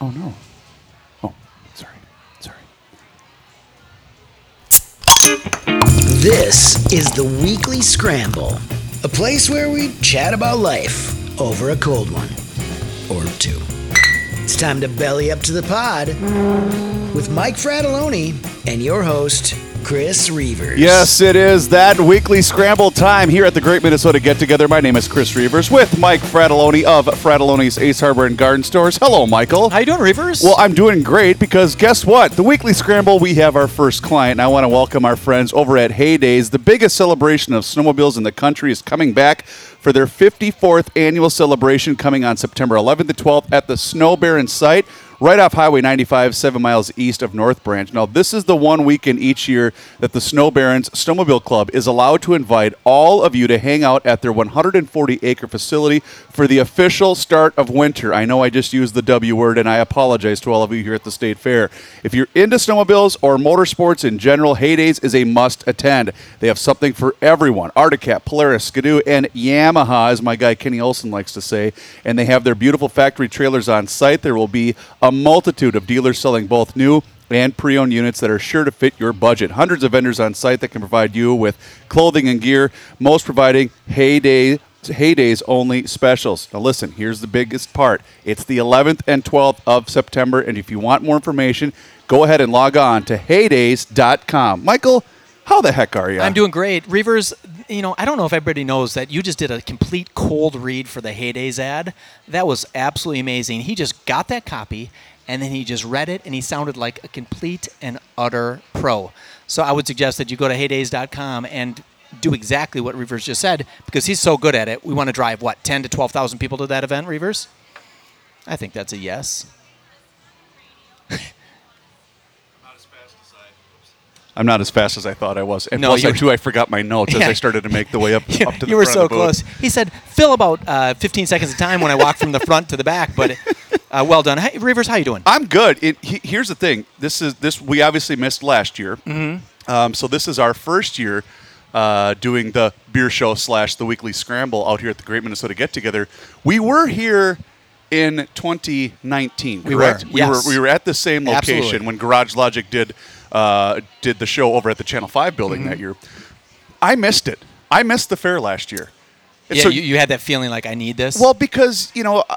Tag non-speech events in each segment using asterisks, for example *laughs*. Oh no. Oh, sorry. Sorry. This is the Weekly Scramble, a place where we chat about life over a cold one or two. It's time to belly up to the pod with Mike Fratelloni and your host, Chris Reavers. Yes, it is that weekly scramble time here at the Great Minnesota Get Together. My name is Chris Reavers with Mike Fratelloni of Fratelloni's Ace Harbor and Garden Stores. Hello, Michael. How you doing, Reavers? Well, I'm doing great because guess what? The weekly scramble, we have our first client. And I want to welcome our friends over at Heydays. The biggest celebration of snowmobiles in the country is coming back for their 54th annual celebration coming on September 11th to 12th at the Snow Baron site. Right off Highway 95, seven miles east of North Branch. Now, this is the one weekend each year that the Snow Barons Snowmobile Club is allowed to invite all of you to hang out at their 140 acre facility for the official start of winter. I know I just used the W word, and I apologize to all of you here at the State Fair. If you're into snowmobiles or motorsports in general, Heydays is a must attend. They have something for everyone Articat, Polaris, Skidoo, and Yamaha, as my guy Kenny Olson likes to say. And they have their beautiful factory trailers on site. There will be a multitude of dealers selling both new and pre-owned units that are sure to fit your budget. Hundreds of vendors on site that can provide you with clothing and gear, most providing heyday heydays only specials. Now listen, here's the biggest part. It's the 11th and 12th of September and if you want more information, go ahead and log on to heydays.com. Michael, how the heck are you? I'm doing great. Reavers, you know, I don't know if everybody knows that you just did a complete cold read for the Heydays ad. That was absolutely amazing. He just got that copy and then he just read it and he sounded like a complete and utter pro. So I would suggest that you go to heydays.com and do exactly what Reavers just said because he's so good at it. We want to drive what 10 to 12,000 people to that event, Reavers? I think that's a yes. I'm not as fast as I thought I was. And No, plus I you're- too I forgot my notes as Yeah. I started to make the way *laughs* up, up to the you were front so of the booth. close. He said, "Fill about uh, 15 seconds of time when I walk from the front to the back." *laughs* But uh, well done, hey, Reavers. How you doing? I'm good. It, he, here's the thing. This is this we obviously missed last year. Mm-hmm. Um, so this is our first year uh, doing the beer show slash the weekly scramble out here at the Great Minnesota Get Together. We were here in 2019. We were, correct? We yes. were. We were at the same location Absolutely. when Garage Logic did uh, did the show over at the Channel Five building Mm-hmm. that year. I missed it. I missed the fair last year. And yeah, so- you, you had that feeling like I need this. well, because you know, uh,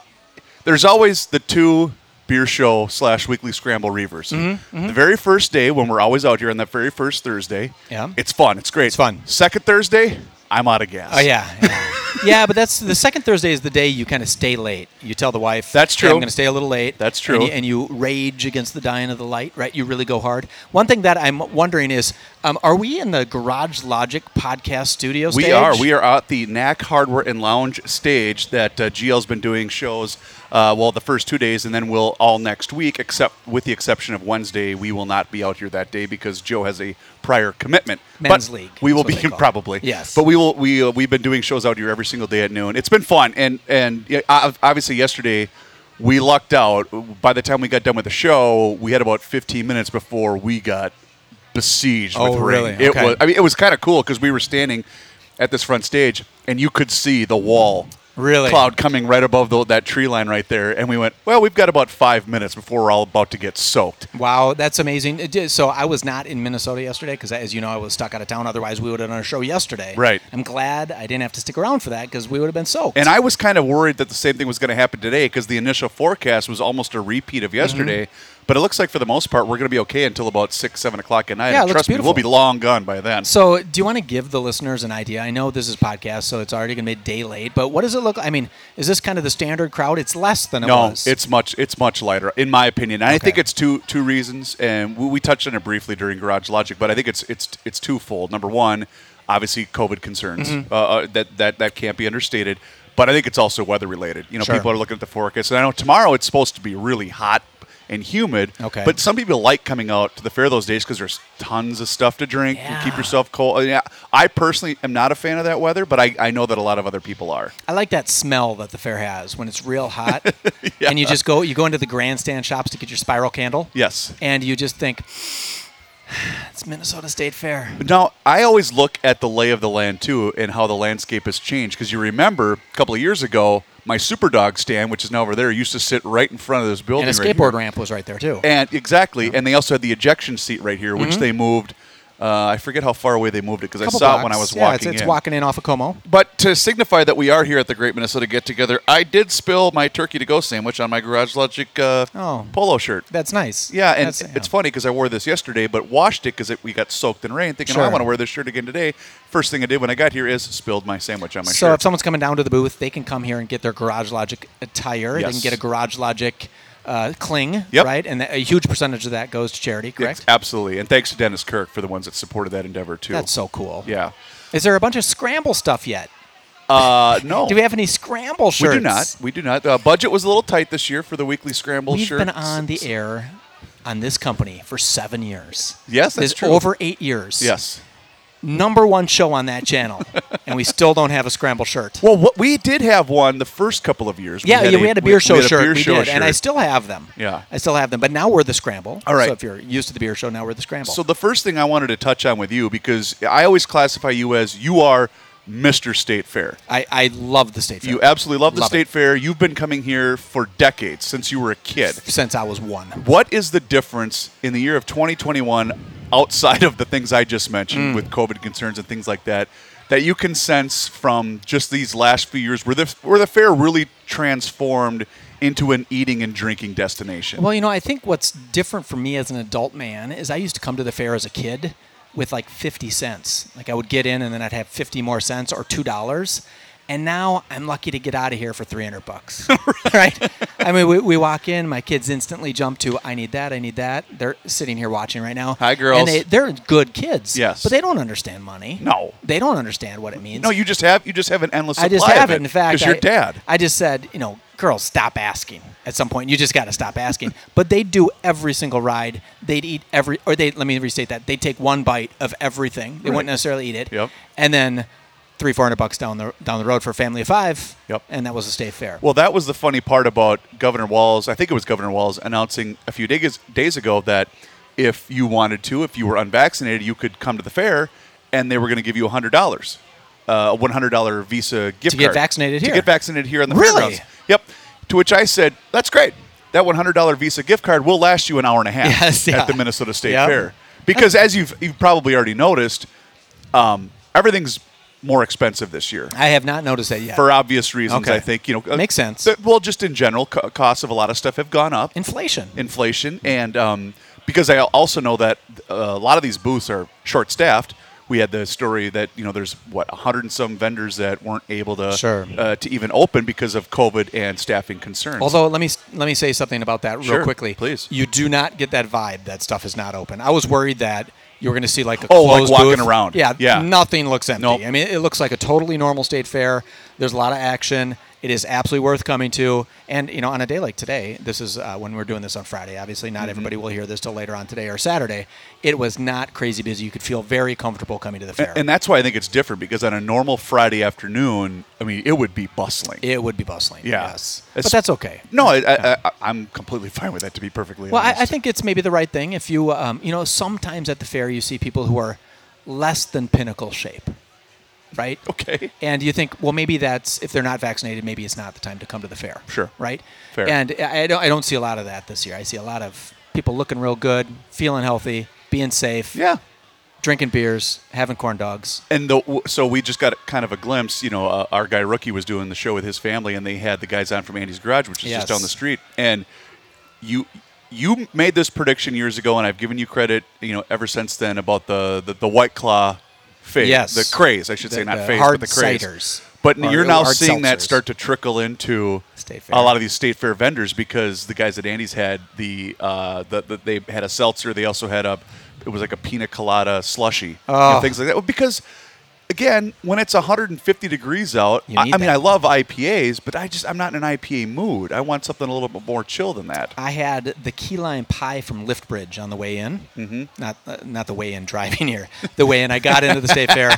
there's always the two beer show slash weekly scramble reavers. Mm-hmm, The very first day when we're always out here on that very first Thursday, Yeah. it's fun. It's great. It's fun. Second Thursday, I'm out of gas. oh yeah, *laughs* yeah. Yeah, But that's the second Thursday is the day you kind of stay late. You tell the wife, That's "Hey, true. I'm going to stay a little late." That's And true. you- And you, rage against the dying of the light, right? You really go hard. One thing that I'm wondering is, um, are we in the Garage Logic podcast studio? We stage? are. We are at the Knack Hardware and Lounge stage that uh, GL's been doing shows. Uh, well, the first two days, and then we'll all next week, except with the exception of Wednesday, we will not be out here that day because Joe has a prior commitment. Men's but league, We will is what be they call it. probably Yes. but we will. We uh, we've been doing shows out here every single day at noon. It's been fun, and and yeah, ob- obviously yesterday. We lucked out. By the time we got done with the show, we had about 15 minutes before we got besieged Oh, with rain. really? It Okay. was. I mean, it was kind of cool because we were standing at this front stage, and you could see the wall Really? cloud coming right above the, that tree line right there. And we went, well, we've got about five minutes before we're all about to get soaked. Wow, that's amazing. It did- So I was not in Minnesota yesterday because, as you know, I was stuck out of town. Otherwise, we would have done a show yesterday. Right. I'm glad I didn't have to stick around for that because we would have been soaked. And I was kind of worried that the same thing was going to happen today because the initial forecast was almost a repeat of yesterday. Mm-hmm. But it looks like for the most part we're going to be okay until about six, seven o'clock at night. Yeah, it and looks trust me, we'll be beautiful. long gone by then. so, do you want to give the listeners an idea? I know this is podcast, so it's already going to be day late. But what does it look? I mean, is this kind of the standard crowd? It's less than it no, was. it's much it's much lighter, in my opinion. And I Okay. think it's two two reasons, and we, we touched on it briefly during Garage Logic, but I think it's it's it's twofold. Number one, obviously COVID concerns Mm-hmm. uh, uh, that that that can't be understated, but I think it's also weather related. You know, Sure. people are looking at the forecast, and I know tomorrow it's supposed to be really hot and humid. Okay. but some people like coming out to the fair those days because there's tons of stuff to drink. You keep Yeah. yourself cold. I, mean, I I personally am not a fan of that weather, but I, I know that a lot of other people are. I like that smell that the fair has when it's real hot, *laughs* and you just go you go into the grandstand shops to get your spiral candle. Yes. and you just think, *sighs* It's Minnesota State Fair. Now, I always look at the lay of the land too and how the landscape has changed because you remember a couple of years ago, my Superdog stand, which is now over there, used to sit right in front of this building. And a right skateboard here. ramp was right there too. And exactly, and they also had the ejection seat right here, which they moved. Uh, I forget how far away they moved it because I Mm-hmm. Couple saw it when I blocks. was yeah, walking it's, it's in. walking in off of Como. But to signify that we are here at the Great Minnesota Get Together, I did spill my turkey to go sandwich on my Garage Logic uh, Oh. polo shirt. That's nice. Yeah, and That's- it's funny because I wore this yesterday, but washed it because we got soaked in rain. Thinking, oh, I Sure. want to wear this shirt again today. First thing I did when I got here is spilled my sandwich on my So shirt. if someone's coming down to the booth, they can come here and get their Garage Logic attire. They Yes. can get a Garage Logic uh, cling, Yep. right? And a huge percentage of that goes to charity, correct? Yes, absolutely, and thanks to Dennis Kirk for the ones that supported that endeavor too. That's so cool. Yeah. Is there a bunch of scramble stuff yet? Uh, no. Do we have any scramble We shirts? do not. We do not. Uh, budget was a little tight this year for the weekly scramble We've shirt. been on the air on this company for seven years. Yes, that's It's true. Over eight years. Yes. Number one show on *laughs* that channel, and we still don't have a scramble shirt. Well, what, we did have one the first couple of years. yeah, yeah, we had a beer show we had shirt. beer we show did, and I shirt. still have them. Yeah. I still have them. But now we're the scramble. All right. So if you're used to the beer show, now we're the scramble. So the first thing I wanted to touch on with you because I always classify you as you are Mr. State Fair. I, I love the state fair. You absolutely love the Love state it. fair. You've been coming here for decades since you were a kid. since I was one. What is the difference in the year of 2021 outside of the things I just Mm. mentioned with COVID concerns and things like that that you can sense from just these last few years where the where the fair really transformed into an eating and drinking destination? Well, you know, I think what's different for me as an adult man is I used to come to the fair as a kid with like 50 cents. Like I would get in and then I'd have 50 more cents or $2. And now I'm lucky to get out of here for 300 *laughs* bucks. right? I mean, we, we walk in, my kids instantly jump to, I need that, I need that. They're sitting here watching right now. Hi, girls. And they, they're good kids. Yes. But they don't understand money. No. They don't understand what it means. No, you just have you just have an endless I supply just have of it. In fact, because your I- dad. I just said, you know, girls, stop asking. At some point, you just got to stop asking. *laughs* but they do every single ride. They'd eat every, or they. Let me restate that. They take one bite of everything. They Right. wouldn't necessarily eat it. Yep. And then three, four hundred bucks down the down the road for a family of five. Yep. And that was a state fair. Well, that was the funny part about Governor Walls. I think it was Governor Walls announcing a few days, days ago that if you wanted to, if you were unvaccinated, you could come to the fair, and they were going to give you hundred dollars, uh, a one hundred dollar Visa gift To get card. vaccinated To here. get vaccinated here on the Really? fairgrounds. Yep. To which I said, "That's great. That one hundred dollar Visa gift card will last you an hour and a half *laughs* Yes, yeah. at the Minnesota State Yep. Fair." Because as you've you've probably already noticed, um, everything's more expensive this year I have not noticed that yet. for obvious reasons. Okay. I think you know uh, Makes sense. th- well, just in general, co- costs of a lot of stuff have gone up, Inflation. inflation, and um, because I al- also know that uh, a lot of these booths are short-staffed. We had the story that you know there's what a hundred and some vendors that weren't able to Sure. uh, to even open because of COVID and staffing concerns. Although let me let me say something about that real Sure, quickly. please. You do not get that vibe that stuff is not open. I was worried that you were going to see like a Oh, like closed walking booth. around. Yeah, Yeah. Nothing looks empty. Nope. I mean, it looks like a totally normal state fair. There's a lot of action. It is absolutely worth coming to. And you know, on a day like today, this is uh, when we're doing this on Friday. Obviously, Mm-hmm. not everybody will hear this till later on today or Saturday. It was not crazy busy. You could feel very comfortable coming to the fair. and that's why I think it's different because on a normal Friday afternoon, I mean, it would be bustling. it would be bustling. Yeah. Yes. It's- But that's okay. No, I, I, I, I'm completely fine with that. To be perfectly Well, honest. I, I think it's maybe the right thing. If you, um, you know, sometimes at the fair you see people who are less than pinnacle shape, right? Okay. And you think, well, maybe that's if they're not vaccinated, maybe it's not the time to come to the fair. Sure. Right. Fair. And I I don't, I don't see a lot of that this year. I see a lot of people looking real good, feeling healthy, being safe, Yeah. drinking beers, having corn dogs. and the, w- so we just got kind of a glimpse. You know, uh, our guy Rookie was doing the show with his family, and they had the guys on from Andy's Garage, which is just Yes. down the street. And you you made this prediction years ago, and I've given you credit. You know, ever since then about the the, the White Claw phase, Yes. the craze, I should The- say, not the phase, hard but the craze. ciders. But Or you're now hard seeing that seltzers. start to trickle into State fair. a lot of these state fair vendors because the guys at Andy's had the uh, the, the they had a seltzer. They also had a it was like a pina colada slushy Oh. and things like that. Well, Because again, when it's 150 degrees out, You I, I need mean, that. I love IPAs, but I just I'm not in an IPA mood. I want something a little bit more chill than that. I had the key lime pie from Lift Bridge on the way in. Mm-hmm. Not uh, not the way in driving here. The way in, I got into the state *laughs* fair,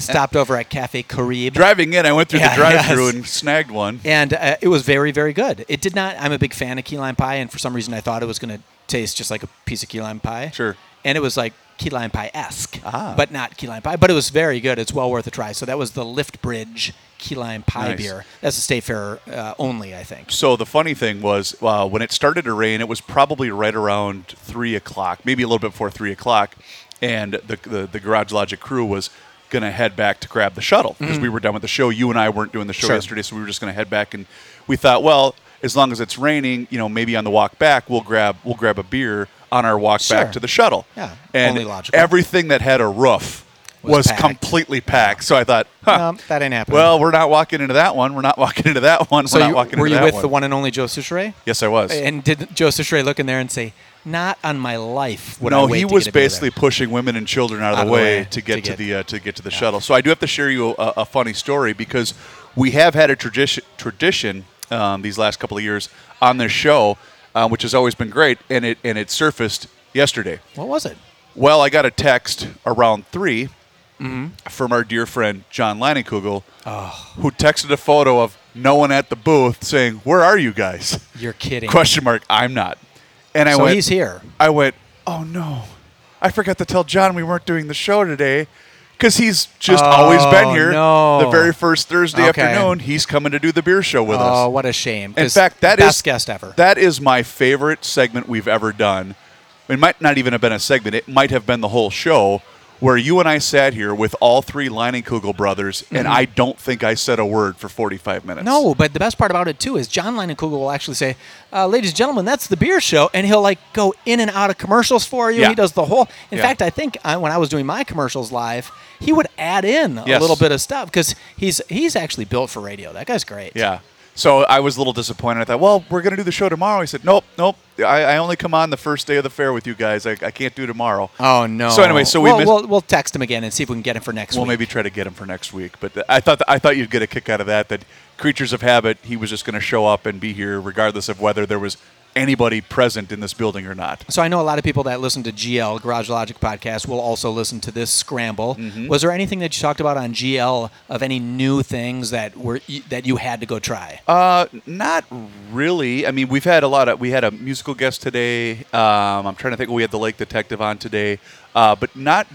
stopped over at Cafe Carib. Driving in, I went through the Yeah, *laughs* drive-through yes. and snagged one. and uh, it was very very good it did not i'm a big fan of key lime pie and for some reason i thought it was going to taste just like a piece of key lime pie Sure. Ah. and it was like key lime pie esque, but not key lime pie. But it was very good. It's well worth a try. So that was the Lift Bridge key lime pie Nice. beer. That's a Stayfarer uh, only, I think. So the funny thing was uh, when it started to rain, it was probably right around three o'clock, maybe a little bit before three o'clock, and the the, the Garage Logic crew was gonna head back to grab the shuttle because we were done with the show. You and I weren't doing the show Mm. Sure. yesterday, so we were just gonna head back, and we thought, well, as long as it's raining, you know, maybe on the walk back, we'll grab we'll grab a beer on our walk Sure. back to the shuttle. Yeah, and only logical. everything that had a roof Was was, packed. completely packed. So I thought, huh, No, Um, that ain't happening. Well, we're not walking into that one. We're not walking into that one. So we're not you, walking were into you that with one. the one and only Joe Suchere? Yes, I was. And did Joe Suchere look in there and say, "Not on my life"? Would I no, wait he to was get a beer basically there." pushing women and children out of, the, way to get to, get- the uh, to get to the shuttle. So I do have to share you a, a funny story because we have had a tradition tradition um, these last couple of years on this show, uh, which has always been great, and it and it surfaced yesterday. What was it? Well, I got a text around 3 Mm-hmm. from our dear friend John Leinekugel, Oh. who texted a photo of no one at the booth saying, "Where are you guys?" You're kidding. Question mark. I'm not. And I So went. he's here. I went. Oh no! I forgot to tell John we weren't doing the show today, because he's just always been Oh, here. no. The very first Thursday Okay. afternoon, he's coming to do the beer show with us. Oh, what a shame! In 'cause fact, that is best guest ever. That is my favorite segment we've ever done. It might not even have been a segment. It might have been the whole show where you and I sat here with all three Leinenkugel brothers, and I don't think I said a word for 45 minutes. Mm-hmm. No, but the best part about it too is John Leinenkugelel will actually say, uh, "Ladies and gentlemen, that's the beer show," and he'll like go in and out of commercials for you. Yeah. He does the whole. In Yeah. fact, I think I, when I was doing my commercials live, he would add in a Yes. little bit of stuff because he's he's actually built for radio. That guy's great. Yeah. So I was a little disappointed. I thought, well, we're going to do the show tomorrow. He said, nope, nope. I, I only come on the first day of the fair with you guys. I, I can't do tomorrow. Oh no. So anyway, so we Well, missed- we'll, we'll text him again and see if we can get him for next We'll week. maybe try to get him for next week. But th- I thought th- I thought you'd get a kick out of that. That creatures of habit. He was just going to show up and be here, regardless of whether there was anybody present in this building or not. So I know a lot of people that listen to GL Garage Logic podcast will also listen to this scramble. Mm-hmm. Was there anything that you talked about on GL of any new things that were that you had to go try? Uh, not really. I mean, we've had a lot of. We had a musical guest today. Um, I'm trying to think. We had the Lake Detective on today, uh, but not.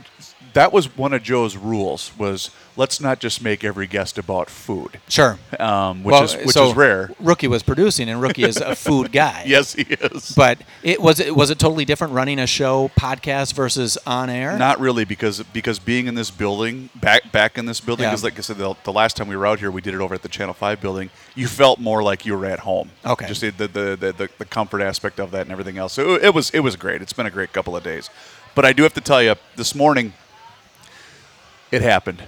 That was one of Joe's rules. Was let's not just make every guest about food, sure. um, which Well, is which so is rare. Rookie was producing, and Rookie is a *laughs* food guy. Yes, he is. But it was it was it totally different running a show podcast versus on air. Not really, because because being in this building, back back in this building, Yeah. because like I said, the, the last time we were out here, we did it over at the Channel Five building. You felt more like you were at home. Okay. just the the the, the, the comfort aspect of that and everything else. So it, it was it was great. It's been a great couple of days, but I do have to tell you, this morning, it happened.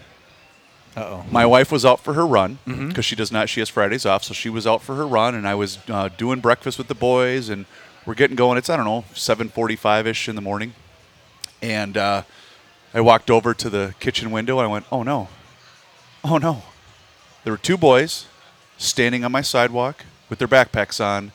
Uh-oh. Mm-hmm. My wife was out for her run because she does not. She has Fridays off, so she was out for her run, and I was uh, doing breakfast with the boys, and we're getting going. It's I don't know seven forty-five ish in the morning, and uh, I walked over to the kitchen window. and I went, "Oh no, oh no!" There were two boys standing on my sidewalk with their backpacks on,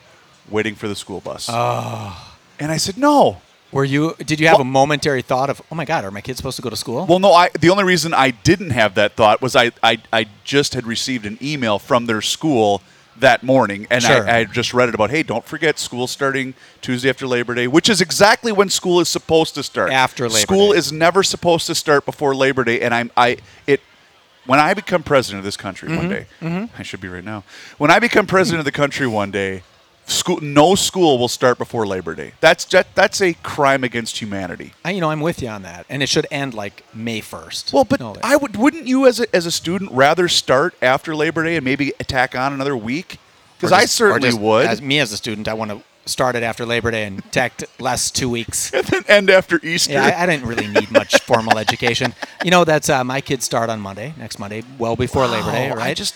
waiting for the school bus. Oh. And I said, "No, Were you? Did you have a momentary thought of, oh my god, are my kids supposed to go to school? Well, no, I the only reason I didn't have that thought was I I, I just had received an email from their school that morning and Sure. I, I had just read it about hey don't forget school starting tuesday after labor day which is exactly when school is supposed to start After Labor school Day. is never supposed to start before labor day and i'm i it when i become president of this country Mm-hmm, one day i should be right now when i become president of the country one day school no school will start before labor day that's that, that's a crime against humanity I, you know, I'm with you on that, and it should end like May first. well, but No, I would wouldn't you as a, as a student rather start after Labor Day and maybe attack on another week? Because Or I just- or certainly just would. *laughs* As me as a student, I want to start it after Labor Day and *laughs* tack t- last two weeks. and after Easter, Yeah, I, I didn't really need *laughs* much formal education. You know, that's uh, my kids start on Monday, next Monday, well before Labor Day, Wow, I right? just-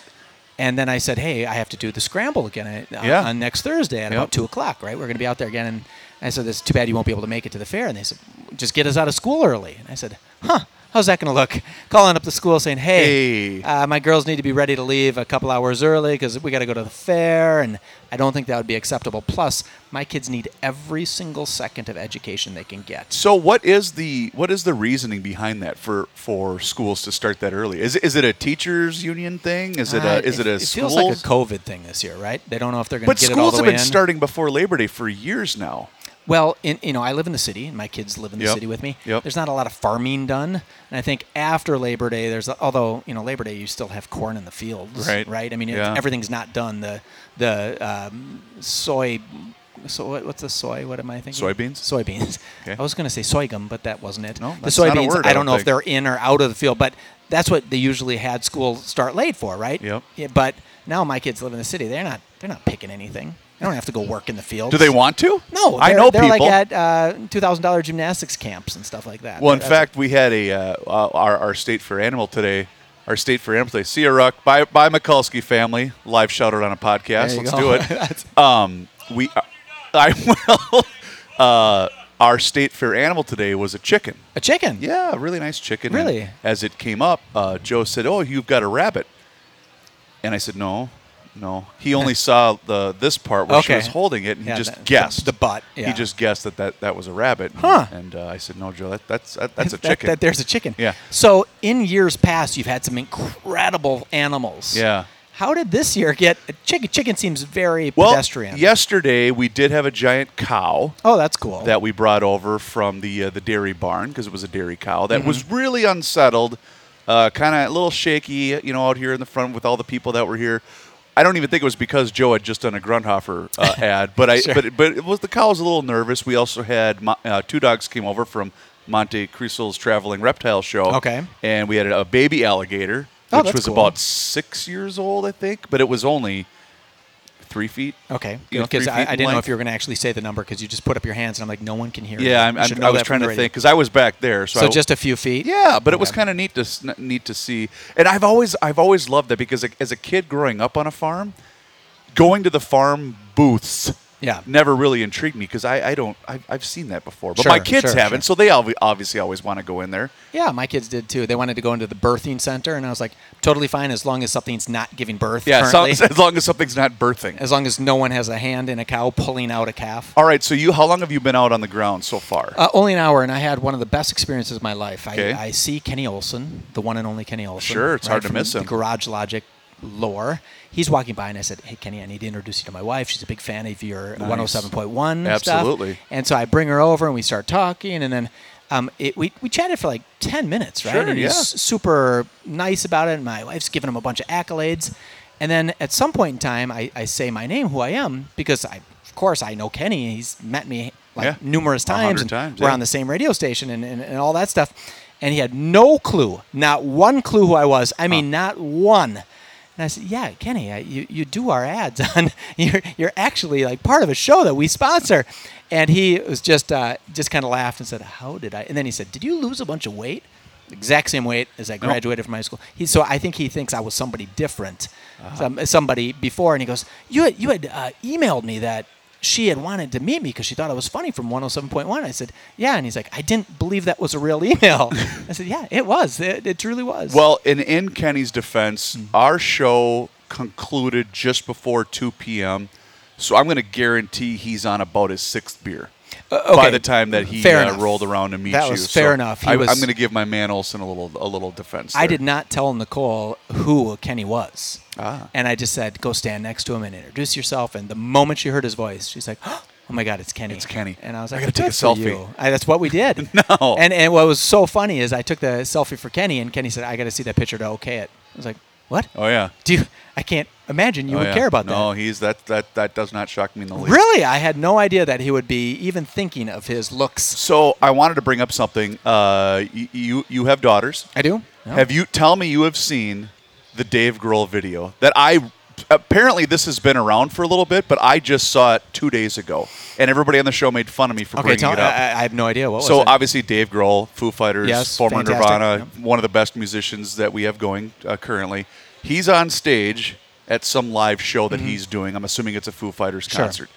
and then I said, hey, I have to do the scramble again uh, Yeah. on next Thursday at Yep. about two o'clock, right? We're going to be out there again, and I said, it's too bad you won't be able to make it to the fair. And they said, just get us out of school early. And I said, huh. How's that going to look? Calling up the school saying, "Hey, Hey. Uh, my girls need to be ready to leave a couple hours early because we got to go to the fair," and I don't think that would be acceptable. Plus, my kids need every single second of education they can get. So what is the what is the reasoning behind that for for schools to start that early? Is it- is it a teachers union thing? Is it Uh, a is it a it schools? feels like a COVID thing this year, right? They don't know if they're going but to get it all schools the have way been in. starting before Labor Day for years now. Well, in, you know, I live in the city, and my kids live in the Yep. city with me. Yep. There's not a lot of farming done, and I think after Labor Day, there's although you know Labor Day, you still have corn in the fields, Right. Right. I mean, it- Yeah. everything's not done. The the um, soy, so what, what's the soy? What am I thinking? Soybeans? Soybeans. Okay. I was going to say soygum, but that wasn't it. No, the that's not a soybeans. word, I I don't don't know think. if they're in or out of the field, but that's what they usually had school start late for, right? Yep. Yeah, but now my kids live in the city. They're not. They're not picking anything. They don't have to go work in the field. Do they want to? No, I they're- know they're people. like at uh, two thousand dollar gymnastics camps and stuff like that. well, in That's- fact, we had a uh, uh, our our state for animal today. Our state for animal today. Sia Ruck by by McCulsky family live shouted on a podcast. There you Let's go. do *laughs* it. um, we, *laughs* I will. Uh, our state fair animal today was a chicken. a chicken. Yeah, a really nice chicken. And Really? as it came up, uh, Joe said, "Oh, you've got a rabbit," and I said, "No, no." *laughs* He only saw the this part where she Okay. was holding it, and Yeah, he just the- guessed the butt, He yeah. just guessed that that, that was a rabbit. Huh. And uh, I said, "No, Joe, that, that's that, *laughs* that's a That- chicken." That, there's a chicken. Yeah. So in years past, you've had some incredible animals. Yeah. How did this year get a chicken? Chicken seems very well, pedestrian. yesterday we did have a giant cow. Oh, that's cool. that we brought over from the uh, the dairy barn because it was a dairy cow that Mm-hmm. was really unsettled, uh, kind of a little shaky, you know, out here in the front with all the people that were here. I don't even think it was because Joe had just done a Grunhofer *laughs* uh, ad, but I Sure. but but it was the cow was a little nervous. We also had mo- uh, two dogs came over from Monte Cristo's traveling reptile show. Okay. and we had a baby alligator, Oh, which that's was cool. about six years old, I think, but it was only three feet. okay. you know, Because three I, I feet in didn't know length. if you were going to actually say the number because you just put up your hands and I'm like, no one can hear. you. Yeah, I'm, You should I'm, know I was that from trying the to radio. think because I was back there, so, So I- just a few feet. Yeah, but it was kind of neat to s- neat to see, and I've always I've always loved that because like, as a kid growing up on a farm, going to the farm booths, Yeah. never really intrigued me because I, I don't I've, I've seen that before, but my Sure, kids sure, haven't, so sure. they obvi- obviously always want to go in there. Yeah, my kids did too. They wanted to go into the birthing center, and I was like, totally fine as long as something's not giving birth. Yeah, *laughs* so- currently. as long as something's not birthing. as long as no one has a hand in a cow pulling out a calf. All right, so you how long have you been out on the ground so far? Uh, only an hour, and I had one of the best experiences of my life. Okay. I, I see Kenny Olson, the one and only Kenny Olson. Sure, it's hard to from miss him. The Garage Logic lore. He's walking by, and I said, "Hey, Kenny, I need to introduce you to my wife. She's a big fan of your 107.1 stuff." Absolutely. And so I bring her over, and we start talking, and then. Um, it, we, we chatted for like 10 minutes, right? Sure, and he's yeah. super nice about it. And my wife's giving him a bunch of accolades. And then at some point in time, I, I say my name, who I am, because I, of course, I know Kenny. He's met me like Yeah, numerous a hundred times. and times, We're yeah. on the same radio station and, and, and all that stuff. And he had no clue, not one clue who I was. I mean, not one. And I said, "Yeah, Kenny, I, you, you do our ads on. *laughs* You're you're actually like part of a show that we sponsor." And he was just uh, just kind of laughed and said, "How did I?" And then he said, "Did you lose a bunch of weight?" Exact same weight as I graduated from high school. He so I think he thinks I was somebody different, some, somebody before. And he goes, "You had, you had uh, emailed me that she had wanted to meet me because she thought I was funny from 107.1. I said, yeah. And he's like, I didn't believe that was a real email. I said, yeah, it was. It, it truly was. Well, in in Kenny's defense, Mm-hmm. our show concluded just before 2 p.m., so I'm going to guarantee he's on about his sixth beer by Uh, okay. the time that he Fair uh, enough. rolled around to meet That you. was fair enough. He I, was- am going to give my man Olson a little a little defense. I there. did not tell Nicole who Kenny was. Ah. And I just said, go stand next to him and introduce yourself. And the moment she heard his voice, she's like, oh my God, it's Kenny. It's Kenny. And I was I like, gotta take a "Good for selfie." you." I, that's what we did. *laughs* No. And, and what was so funny is I took the selfie for Kenny, and Kenny said, I got to see that picture to okay it. I was like, what? Oh yeah. Do you, I can't imagine you Oh, would yeah. care about that. No, he's that that that does not shock me in the least. Really? I had no idea that he would be even thinking of his looks. So I wanted to bring up something. Uh, y- you you have daughters. I do. Have you tell me you have seen the Dave Grohl video that I apparently this has been around for a little bit, but I just saw it two days ago, and everybody on the show made fun of me for Okay, bringing tell uh, it I, up. I I have no idea. What so was Oh, it? obviously Dave Grohl, Foo Fighters, Yes, former fantastic. Nirvana, Yep. one of the best musicians that we have going uh, currently. He's on stage at some live show that he's doing. I'm assuming it's a Foo Fighters Mm-hmm. Sure. concert.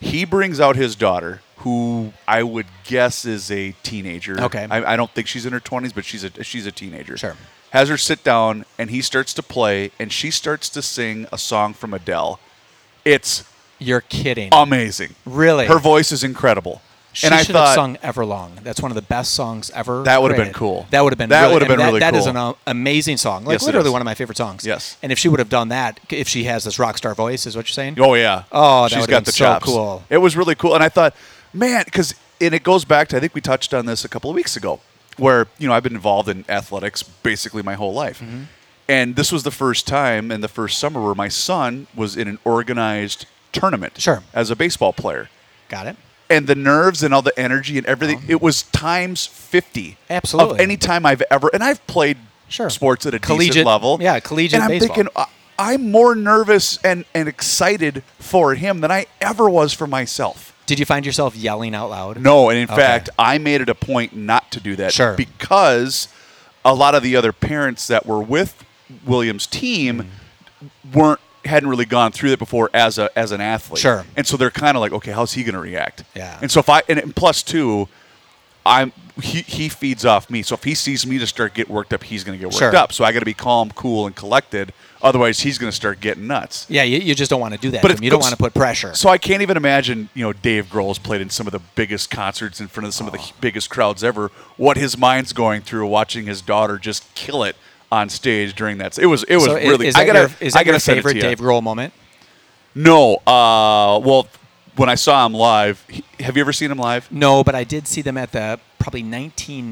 He brings out his daughter, who I would guess is a teenager. Okay. I, I don't think she's in her 20s, but she's a she's a teenager. Sure. Has her sit down, and he starts to play, and she starts to sing a song from Adele. It's You're kidding. amazing. Really? Her voice is incredible. she and I should thought, have sung Everlong. That's one of the best songs ever. That would've been created. cool. That would have been. That really, would've and been that- really That is cool. an uh, amazing song. Like Yes, it literally is. one of my favorite songs. Yes. And if she would have done that, c- if she has this rock star voice, is what you're saying? Oh yeah. Oh, that she's would've got been the so chops. cool. It was really cool, and I thought man, because and it goes back to I think we touched on this a couple of weeks ago, where you know I've been involved in athletics basically my whole life, Mm-hmm. and this was the first time and the first summer where my son was in an organized tournament Sure. as a baseball player, Got it. and the nerves and all the energy and everything it was times fifty Uh-huh. Absolutely. of any time I've ever and I've played Sure. sports at a decent Collegiate- level yeah, collegiate and I'm baseball. thinking. I- I'm more nervous and, and excited for him than I ever was for myself. Did you find yourself yelling out loud? No, and in Okay. fact, I made it a point not to do that Sure. because a lot of the other parents that were with Williams' team weren't hadn't really gone through that before as a as an athlete. Sure. And so they're kind of like, okay, how's he going to react? Yeah. And so if I and, and plus two, I'm he he feeds off me. So if he sees me to start get worked up, he's going to get worked Sure. up. So I got to be calm, cool, and collected. Otherwise, he's going to start getting nuts. Yeah, you, you just don't want to do that. But to it him. you don't goes- want to put pressure. So I can't even imagine, you know, Dave Grohl's played in some of the biggest concerts in front of some of Oh. the biggest crowds ever. What his mind's going through watching his daughter just kill it on stage during that. It was it was So i- really is I that gotta your, is that I gotta your send it to favorite you. Dave Grohl moment? No, uh, well, when I saw him live, he- have you ever seen him live? No, but I did see them at the probably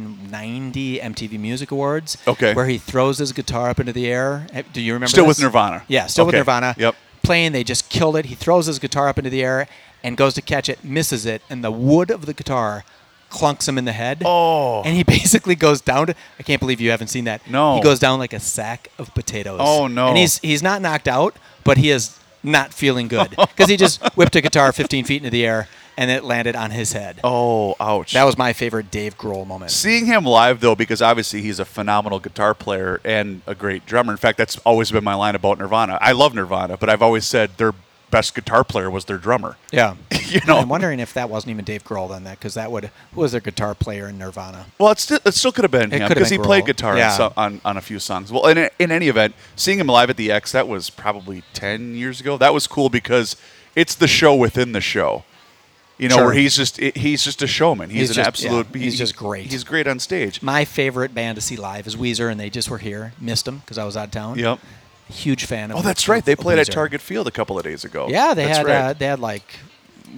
1990 MTV Music Awards. Okay. Where he throws his guitar up into the air. Eh, Do you remember? Still with this? Nirvana. Yeah, still with Okay, Nirvana. yep. Playing, they just killed it. He throws his guitar up into the air and goes to catch it, misses it, and the wood of the guitar clunks him in the head. Oh. And he *laughs* basically goes down to. I can't believe you haven't seen that. No. He goes down like a sack of potatoes. Oh, no. And he's he's not knocked out, but he is not feeling good because *laughs* he just whipped a guitar 15 feet into the air and it landed on his head. Oh, ouch. That was my favorite Dave Grohl moment. Seeing him live, though, because obviously he's a phenomenal guitar player and a great drummer. In fact, that's always been my line about Nirvana. I love Nirvana, but I've always said their best guitar player was their drummer. Yeah. *laughs* You know, I'm wondering if that wasn't even Dave Grohl then, that because that would who was their guitar player in Nirvana? Well, it still, it still could have been him could've because he been played Grohl. guitar on Yeah. so- on, on a few songs. Well, in, in any event, seeing him live at the X, that was probably 10 years ago. That was cool because it's the show within the show. You know, Sure. where he's just it- he's just a showman. He's, He's an just- absolute. yeah, he's just great. He's great on stage. My favorite band to see live is Weezer, and they just were here. Missed them because I was out of town. Yep. Huge fan. of Oh, that's right. They of played at Weezer. Target Field a couple of days ago. Yeah, they That's had right. uh, they had like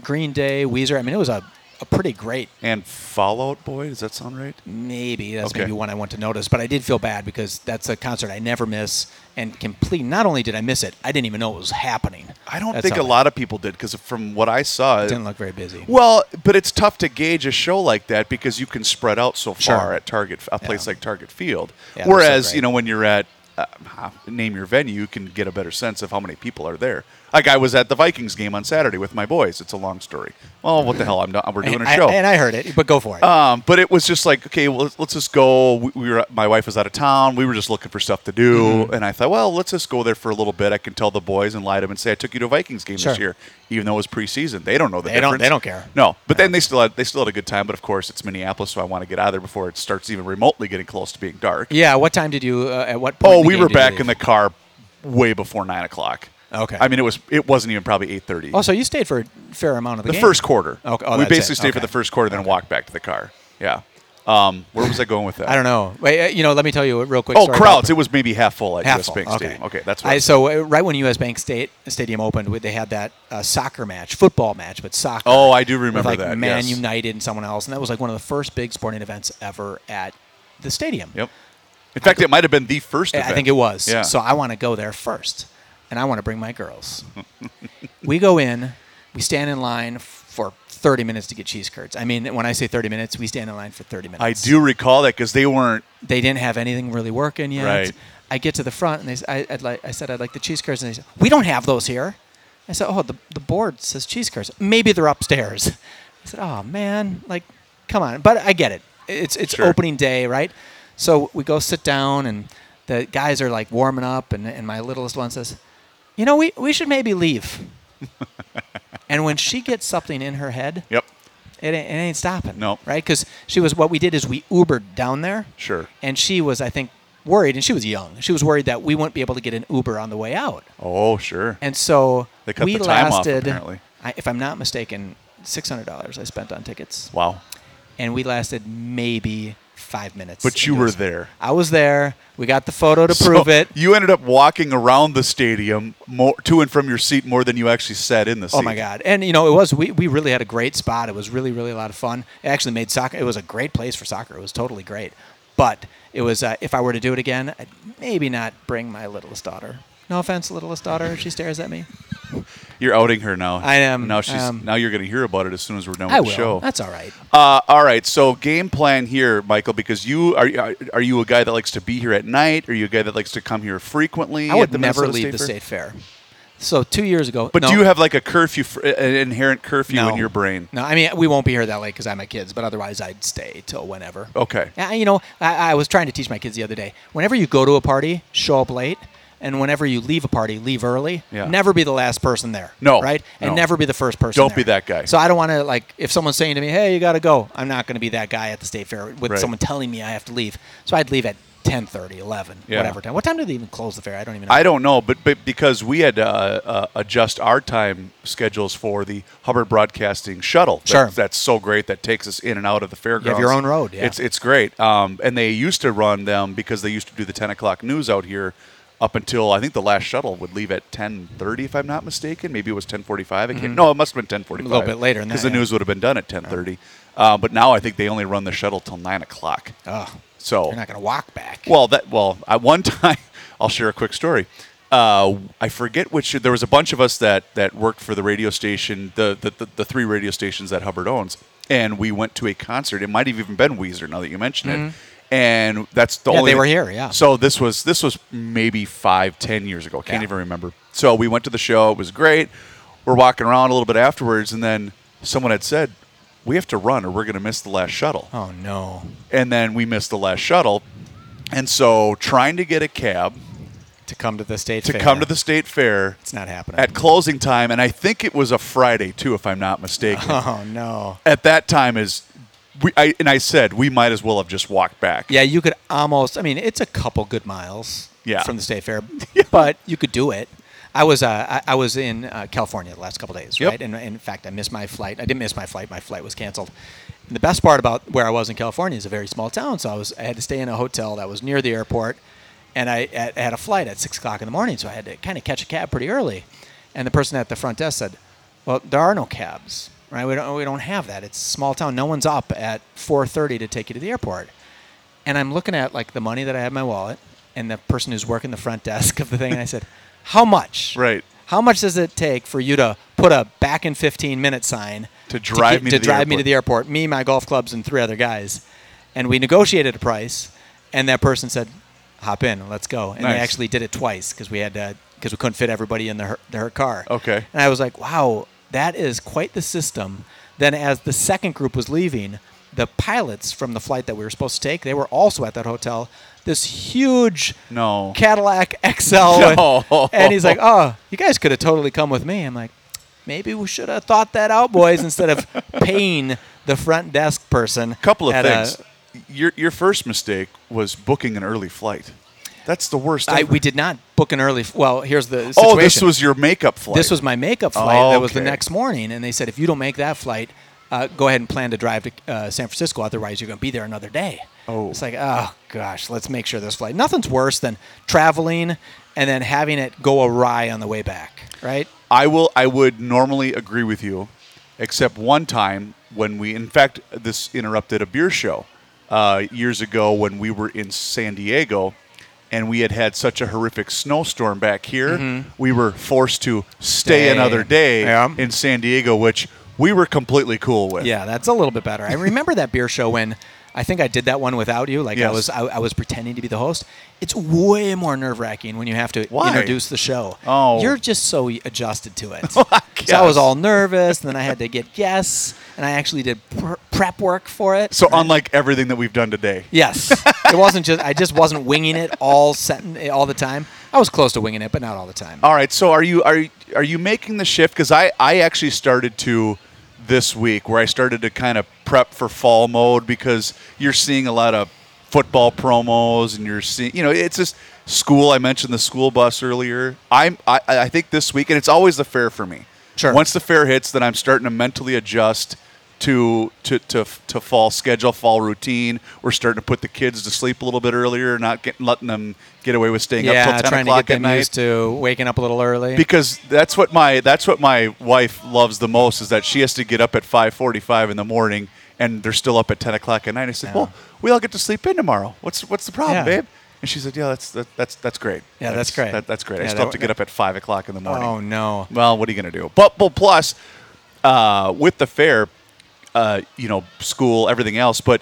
Green Day, Weezer. I mean, it was a, a pretty great and Fallout Boy. Does that sound right? Maybe that's Okay. maybe one I want to notice, but I did feel bad because that's a concert I never miss and complete. Not only did I miss it, I didn't even know it was happening. I don't That's think a how lot of people did because from what I saw, It didn't look very busy. Well, but it's tough to gauge a show like that because you can spread out so Sure. far at Target, a place Yeah. like Target Field. Yeah, they're so Whereas, great. you know, when you're at uh, uh, name your venue, you can get a better sense of how many people are there. Like I was at the Vikings game on Saturday with my boys. It's a long story. Well, what the hell? I'm not. We're doing and, a show. I, and I heard it, but go for it. Um, but it was just like, okay, well, let's, let's just go. We, we were, my wife was out of town. We were just looking for stuff to do, Mm-hmm. and I thought, well, let's just go there for a little bit. I can tell the boys and lie to them and say I took you to a Vikings game Sure. this year, even though it was preseason. They don't know the They don't- difference. they don't care. No, but then they still had, they still had a good time. But of course, it's Minneapolis, so I want to get out of there before it starts even remotely getting close to being dark. yeah. What time did you? Uh, at what point? Oh, in the we game were did you back leave? in the car way before nine o'clock. Okay. I mean, it was it wasn't even probably eight thirty. Oh, so you stayed for a fair amount of the, The game. first quarter. Okay. Oh, we that's basically it. stayed for Okay. the first quarter, then walked back to the car. Yeah. Um, where was I going with that? I don't know. Wait, uh, you know, let me tell you a real quick. Oh, story about- crowds! It was maybe half full at Half US full, Bank okay. Stadium. Okay, that's I, right. so uh, right when U.S. Bank State Stadium opened, we- they had that uh, soccer match, football match, but soccer. Oh, I do remember with, like, that, Man yes. United and someone else, and that was like one of the first big sporting events ever at the stadium. Yep. In fact, it might have been the first. I event. think it was. Yeah. So I want to go there first, and I want to bring my girls. *laughs* we go in, we stand in line for 30 minutes to get cheese curds. I mean, when I say 30 minutes, we stand in line for 30 minutes. I do recall that because they weren't. they didn't have anything really working yet. Right. I get to the front and they, s- I, would like, I said, I'd like the cheese curds. And they said, we don't have those here. I said, oh, the, the board says cheese curds. Maybe they're upstairs. I said, oh, man, like, come on. But I get it. It's, it's Sure. opening day, right? So we go sit down and the guys are like warming up. And, and my littlest one says, you know, we, we should maybe leave. *laughs* and when she gets something in her head, Yep. it ain't, it ain't stopping. No. Right? Because she was, what we did is we Ubered down there. Sure. And she was, I think, worried, and she was young. She was worried that we wouldn't be able to get an Uber on the way out. Oh, sure. And so They cut we the time off, lasted, apparently. I, if I'm not mistaken, $600 I spent on tickets. wow. And we lasted maybe five minutes. But you into were us. there. I was there. We got the photo to So *laughs* prove it. You ended up walking around the stadium more to and from your seat more than you actually sat in the seat. Oh my God! And you know, it was we, we really had a great spot. It was really really a lot of fun. It actually made soccer. It was a great place for soccer. It was totally great. But it was uh, if I were to do it again, I'd maybe not bring my littlest daughter. No offense, littlest daughter. if She stares at me. You're outing her now. I am, Now she's um, now you're going to hear about it as soon as we're done with I the will. show. That's all right. Uh, all right. So game plan here, Michael, because you are are- are you a guy that likes to be here at night? Are you a guy that likes to come here frequently? I would at the never Minnesota leave State the Fair? state fair. So two years ago, But no, do you have like a curfew, for, an inherent curfew no. in your brain? No, I mean we won't be here that late because I'm my kids. But otherwise, I'd stay till whenever. Okay. Yeah, you know, I, I was trying to teach my kids the other day. Whenever you go to a party, show up late, and whenever you leave a party, leave early. Yeah. Never be the last person there. No, Right? And no. never be the first person. Don't be there. that guy. So I don't want to like if someone's saying to me, "Hey, you got to go," I'm not going to be that guy at the state fair with Right. someone telling me I have to leave. So I'd leave at 10:30, 11, Yeah. whatever time. What time do they even close the fair? I don't even. know. I don't know, but, but because we had to uh, uh, adjust our time schedules for the Hubbard Broadcasting shuttle. that- Sure. that's so great that takes us in and out of the fairgrounds. your own road, yeah. It's it's great. Um, and they used to run them because they used to do the ten o'clock news out here up until I think the last shuttle would leave at ten thirty, if I'm not mistaken. Maybe it was ten forty five. No, it must have been ten forty five. Mm-hmm. A little bit later than because the that, yeah. news would have been done at ten thirty. Uh, but now I think they only run the shuttle till nine o'clock. Oh, so you're not going to walk back. well, that well, at one *laughs* time, I'll share a quick story. Uh, I forget which. There was a bunch of us that that worked for the radio station, the the, the, the three radio stations that Hubbard owns, and we went to a concert. It might have even been Weezer. Now that you mention it, and that's the Mm-hmm. Yeah, only they were here, yeah. So this was this was maybe five, ten years ago. Can't Yeah. even remember. So we went to the show. It was great. We're walking around a little bit afterwards, and then someone had said, "We have to run, or we're going to miss the last shuttle." oh no. and then we missed the last shuttle. And so, trying to get a cab To come to the state to fair. come to the state fair It's not happening. at closing time, and I think it was a Friday too, if I'm not mistaken. *laughs* oh no. At that time is, we I, and I said we might as well have just walked back. Yeah, you could almost. I mean, it's a couple good miles *laughs* Yeah. from the state fair, but you could do it. I was uh, I, I was in uh, California the last couple days, Yep. right? And in fact, I missed my flight. I didn't miss my flight. My flight was canceled. And the best part about where I was in California is a very small town, so I was I had to stay in a hotel that was near the airport, and I, I had a flight at six o'clock in the morning, so I had to kind of catch a cab pretty early. And the person at the front desk said, "Well, there are no cabs, right? We don't we don't have that. It's a small town. No one's up at four thirty to take you to the airport." and I'm looking at like the money that I have in my wallet and the person who's working the front desk of the thing. And I said, *laughs* "How much? Right. How much does it take for you to put a back in 15 minute sign To drive me to the drive me to airport." the airport? Me, my golf clubs, and three other guys." And we negotiated a price, and that person said, "Hop in, let's go." And they Nice. actually did it twice because we had because we couldn't fit everybody in the her, her car. Okay. And I was like, wow, that is quite the system. Then, as the second group was leaving, the pilots from the flight that we were supposed to take, they were also at that hotel. This huge No. Cadillac XL. *laughs* No. And he's like, oh, you guys could have totally come with me. I'm like, maybe we should have thought that out, boys, instead *laughs* of paying the front desk person. couple of at a- things. your your first mistake was booking an early flight. That's the worst. I, ever. we did not book an early. F- well, here's the situation. oh, this was your makeup flight. This was my makeup flight. That was the Okay. next morning, and they said if you don't make that flight, uh, go ahead and plan to drive to uh, San Francisco. Otherwise, you're going to be there another day. Oh. it's like oh gosh, let's make sure this flight. Nothing's worse than traveling and then having it go awry on the way back. Right? I will. I would normally agree with you, except one time when we, in fact, this interrupted a beer show uh, years ago when we were in San Diego, and we had had such a horrific snowstorm back here, we were forced to stay Mm-hmm. Stay. another day Yeah. in San Diego, which we were completely cool with. Yeah, that's a little bit better. I remember that beer show when I think I did that one without you. Like Yes. I was I, I was pretending to be the host. It's way more nerve wracking when you have to Why? introduce the show. Oh. you're just so adjusted *laughs* to it. I so I guess. was all nervous, and then I had to get guests, and I actually did pr- prep work for it. So uh unlike everything that we've done today. yes, it wasn't just I just wasn't winging it all sent all the time. I was close to winging it, but not all the time. All right. So are you are you- are you making the shift? Because I I actually started to this week where I started to kind of prep for fall mode because you're seeing a lot of football promos and you're seeing you know it's just school. I mentioned the school bus earlier. I'm I, I think this week and it's always the fair for me. Sure. Once the fair hits, then I'm starting to mentally adjust to to to to fall schedule, fall routine. We're starting to put the kids to sleep a little bit earlier, not getting letting them get away with staying up yeah, till ten trying to o'clock get them at night. used to waking up a little early. because that's what my that's what my wife loves the most is that she has to get up at five forty five in the morning and they're still up at ten o'clock at night. I said, Yeah. "Well, we all get to sleep in tomorrow. What's what's the problem, Yeah. babe?" And she said, "Yeah, that's that, that's that's great. Yeah, that's great. That, that's great. I Yeah, still that- have to get up at five o'clock in the morning. oh no. Well, what are you going to do? But, but plus, uh, with the fair, uh, you know, school, everything else, but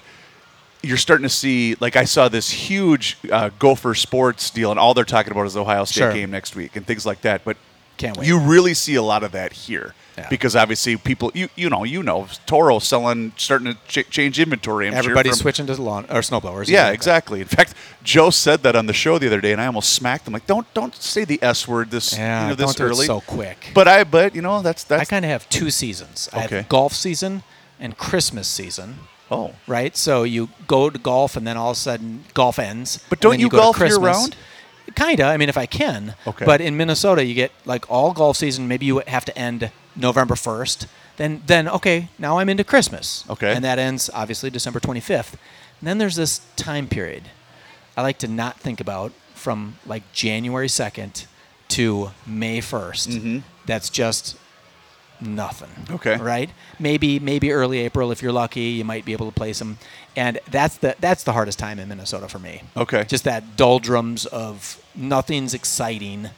you're starting to see, like, I saw this huge uh, Gopher Sports deal, and all they're talking about is the Ohio State Sure. game next week and things like that. But Can't wait. you really see a lot of that here. Yeah. Because obviously, people, you you know, you know, Toro selling, starting to ch- change inventory. I'm sure, Everybody's from- switching to lawn or snowblowers. yeah, exactly. In fact, Joe said that on the show the other day, and I almost smacked him. Like, don't don't say the S word this Yeah, you know, this don't do it early. so quick. But I but you know that's that's I kind of have two seasons. I Okay. have golf season and Christmas season. oh Right, so you go to golf, and then all of a sudden golf ends. But and don't then you go to golf Christmas. year-round? Kinda. I mean, if I can. Okay. But in Minnesota, you get like all golf season. Maybe you have to end November first. Then, then okay, now I'm into Christmas. Okay. And that ends obviously December 25th. And then there's this time period I like to not think about from like January 2nd to May 1st. That's just nothing. Mm-hmm. Okay. Right? Maybe maybe early April if you're lucky, you might be able to play some. And that's the that's the hardest time in Minnesota for me. Okay. Just that doldrums of nothing's exciting.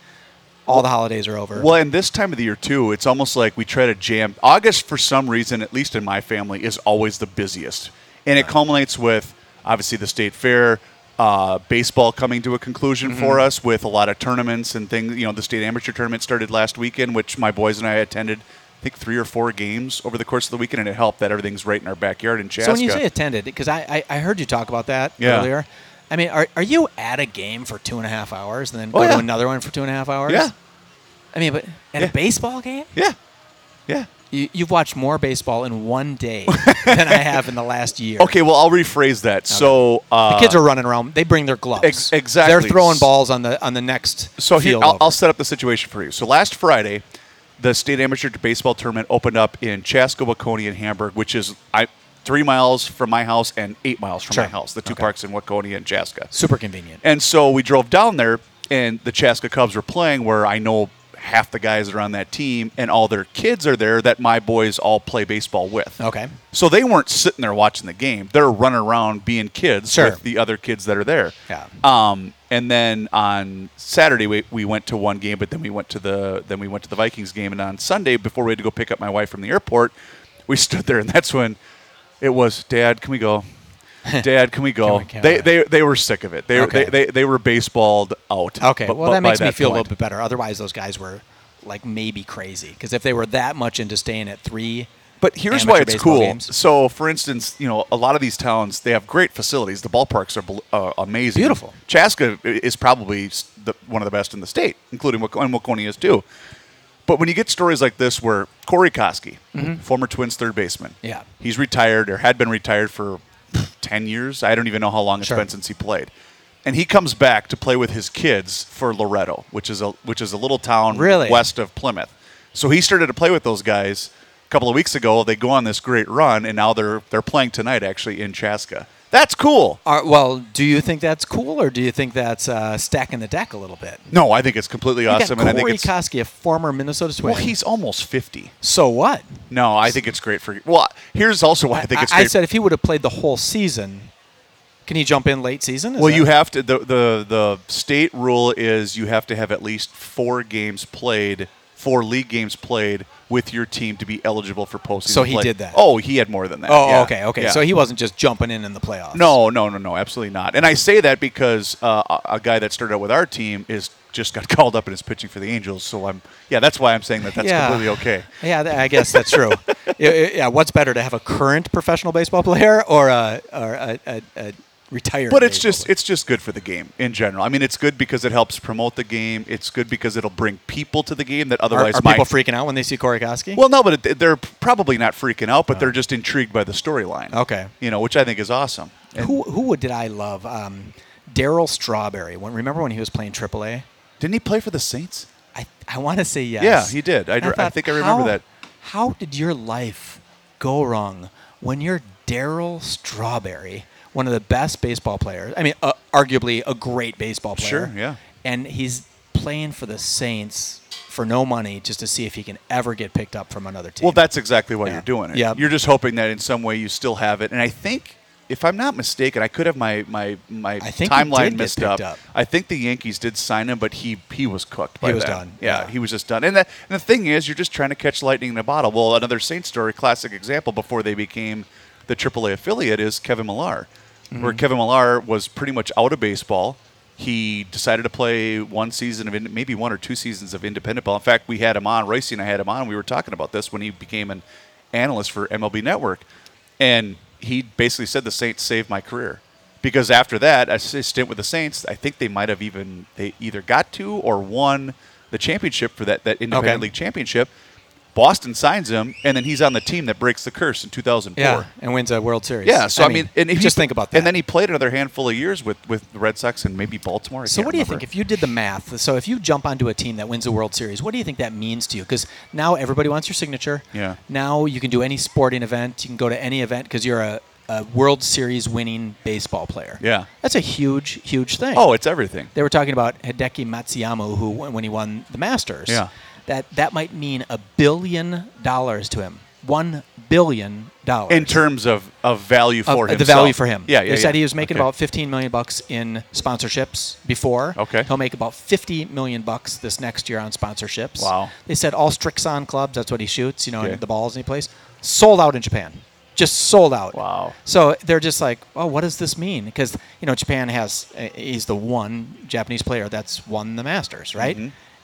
All the holidays are over. well, and this time of the year too, it's almost like we try to jam August for some reason. At least in my family, is always the busiest, and it culminates with obviously the state fair. Uh, baseball coming to a conclusion for Mm-hmm. us with a lot of tournaments and things. You know, the state amateur tournament started last weekend, which my boys and I attended. I think three or four games over the course of the weekend, and it helped that everything's right in our backyard in Chaska. So when you say attended, because I, I I heard you talk about that Yeah. earlier. I mean, are, are you at a game for two and a half hours and then Oh, go yeah. to another one for two and a half hours? Yeah. I mean, but at Yeah. a baseball game, Yeah. Yeah. you, you've watched more baseball in one *laughs* day than I have in the last year. Okay, well, I'll rephrase that. So, uh, The kids are running around. They bring their gloves. Ex- exactly. They're throwing balls on the on the next so here, field. I'll, over. I'll set up the situation for you. So, last Friday, the state amateur baseball tournament opened up in Chaska, Waconia, and Hamburg, which is I, three miles from my house and eight miles from Sure. my house, the two Okay. parks in Waconia and Chaska. Super convenient. And so we drove down there, and the Chaska Cubs were playing, where I know half the guys that are on that team, and all their kids are there that my boys all play baseball with. Okay. So they weren't sitting there watching the game; they're running around being kids Sure. with the other kids that are there. Yeah. Um, and then on Saturday we, we went to one game, but then we went to the then we went to the Vikings game, and on Sunday before we had to go pick up my wife from the airport, we *laughs* stood there, and that's when it was, Dad, can we *laughs* go? Dad, can we go? Can we- can they, we? they they were sick of it. They, Okay. they, they they were baseballed out. Okay. But- well, but that by makes me feel a point- little bit better. Otherwise, those guys were like maybe crazy because if they were that much into staying at three, But here's amateur why it's baseball cool. games. So, for instance, you know, a lot of these towns they have great facilities. The ballparks are bel- uh, amazing, Beautiful. Chaska i- is probably s- the, one of the best in the state, including Waco- and Waconia is too. But when you get stories like this, where Corey Koski, former Twins third baseman, Mm-hmm. Yeah. he's retired or had been retired for ten years. I don't even know how long it's Sure. been since he played. And he comes back to play with his kids for Loretto, which is a which is a little town Really? west west of Plymouth. So he started to play with those guys a couple of weeks ago. They go on this great run, and now they're they're playing tonight actually in Chaska. That's cool. are, well, do you think that's cool or do you think that's uh, stacking the deck a little bit? No, I think it's completely You got awesome, and I think Corey it's Koski, a former Minnesota Twin. well, he's almost fifty. so what? No, I think it's great for. Well, here's also why I think it's. I, Great. said if he would have played the whole season, can he jump in late season? Is Well, that- you have to. The, the the state rule is you have to have at least four games played, four league games played with your team to be eligible for postseason. So he play. did that. Oh, he had more than that. Oh, Yeah. okay, okay. Yeah. So he wasn't just jumping in in the playoffs. No, no, no, no, absolutely not. And I say that because uh, a- a guy that started out with our team is just got *laughs* called up and is pitching for the Angels. So I'm, yeah, that's why I'm saying that that's completely *laughs* okay. Yeah, th- I guess that's *laughs* true. yeah, yeah, yeah, what's better to have a current professional baseball player or a or a, a, a retired? But it's baseball just it's just good for the game in general. I mean, it's good because it helps promote the game. It's good because it'll bring people to the game that player? otherwise are, are might. people freaking out when they see Korikoski? well, no, but it, they're probably not freaking out, but they're just intrigued by the storyline. Oh. Okay. you know, which I think is awesome. And who who would- did I love? Um, Daryl Strawberry. When, remember when he was playing AAA? didn't he play for the Saints? I I want to say yes. Yeah, he did. I And dr- I thought, think I remember how- that. How did your life go wrong when you're Daryl Strawberry, one of the best baseball players? I mean, uh, arguably a great baseball player. Sure, yeah. And he's playing for the Saints for no money just to see if he can ever get picked up from another team. Well, that's exactly why Yeah. you're doing it. Yeah. You're just hoping that in some way you still have it. And I think, if I'm not mistaken, I could have my my my I think he did timeline get messed up. picked up. I think the Yankees did sign him, but he he was cooked. By He was then. done, Yeah, yeah. he was just done. And, that, and the thing is, you're just trying to catch lightning in a bottle. Well, another Saints story, classic example. Before they became the AAA affiliate, is Kevin Millar, Mm-hmm. where Kevin Millar was pretty much out of baseball. He decided to play one season of in- maybe one or two seasons of independent ball. In fact, we had him on. Ricey and I had him on. And we were talking about this when he became an analyst for MLB Network, and he basically said the Saints saved my career because after that a s- stint with the Saints, I think they might have even they either got to or won the championship for that that independent Okay. league championship. Boston signs him, and then he's on the team that breaks the curse in 2004. yeah, and wins a World Series. Yeah, so I, mean, and if just he- think about that. And then he played another handful of years with, with the Red Sox and maybe Baltimore. I So can't what do you remember. think if you did the math? So if you jump onto a team that wins the World Series, what do you think that means to you? Because now everybody wants your signature. Yeah. Now you can do any sporting event. You can go to any event because you're a, a World Series winning baseball player. Yeah. That's a huge, huge thing. Oh, it's everything. they were talking about Hideki Matsuyama, who won- when he won the Masters. Yeah. That that might mean a billion dollars to him. One billion dollars In terms of, of value for of uh, him. the value for him. Yeah, yeah. They said yeah. he was making Okay. about 15 million bucks in sponsorships before. Okay. He'll make about 50 million bucks this next year on sponsorships. Wow. They said all Strixon clubs. That's what he shoots. You know, Okay. and the balls any place sold out in Japan. Just sold out. Wow. So they're just like, oh, what does this mean? Because you know, Japan has uh, he's the one Japanese player that's won the Masters, right?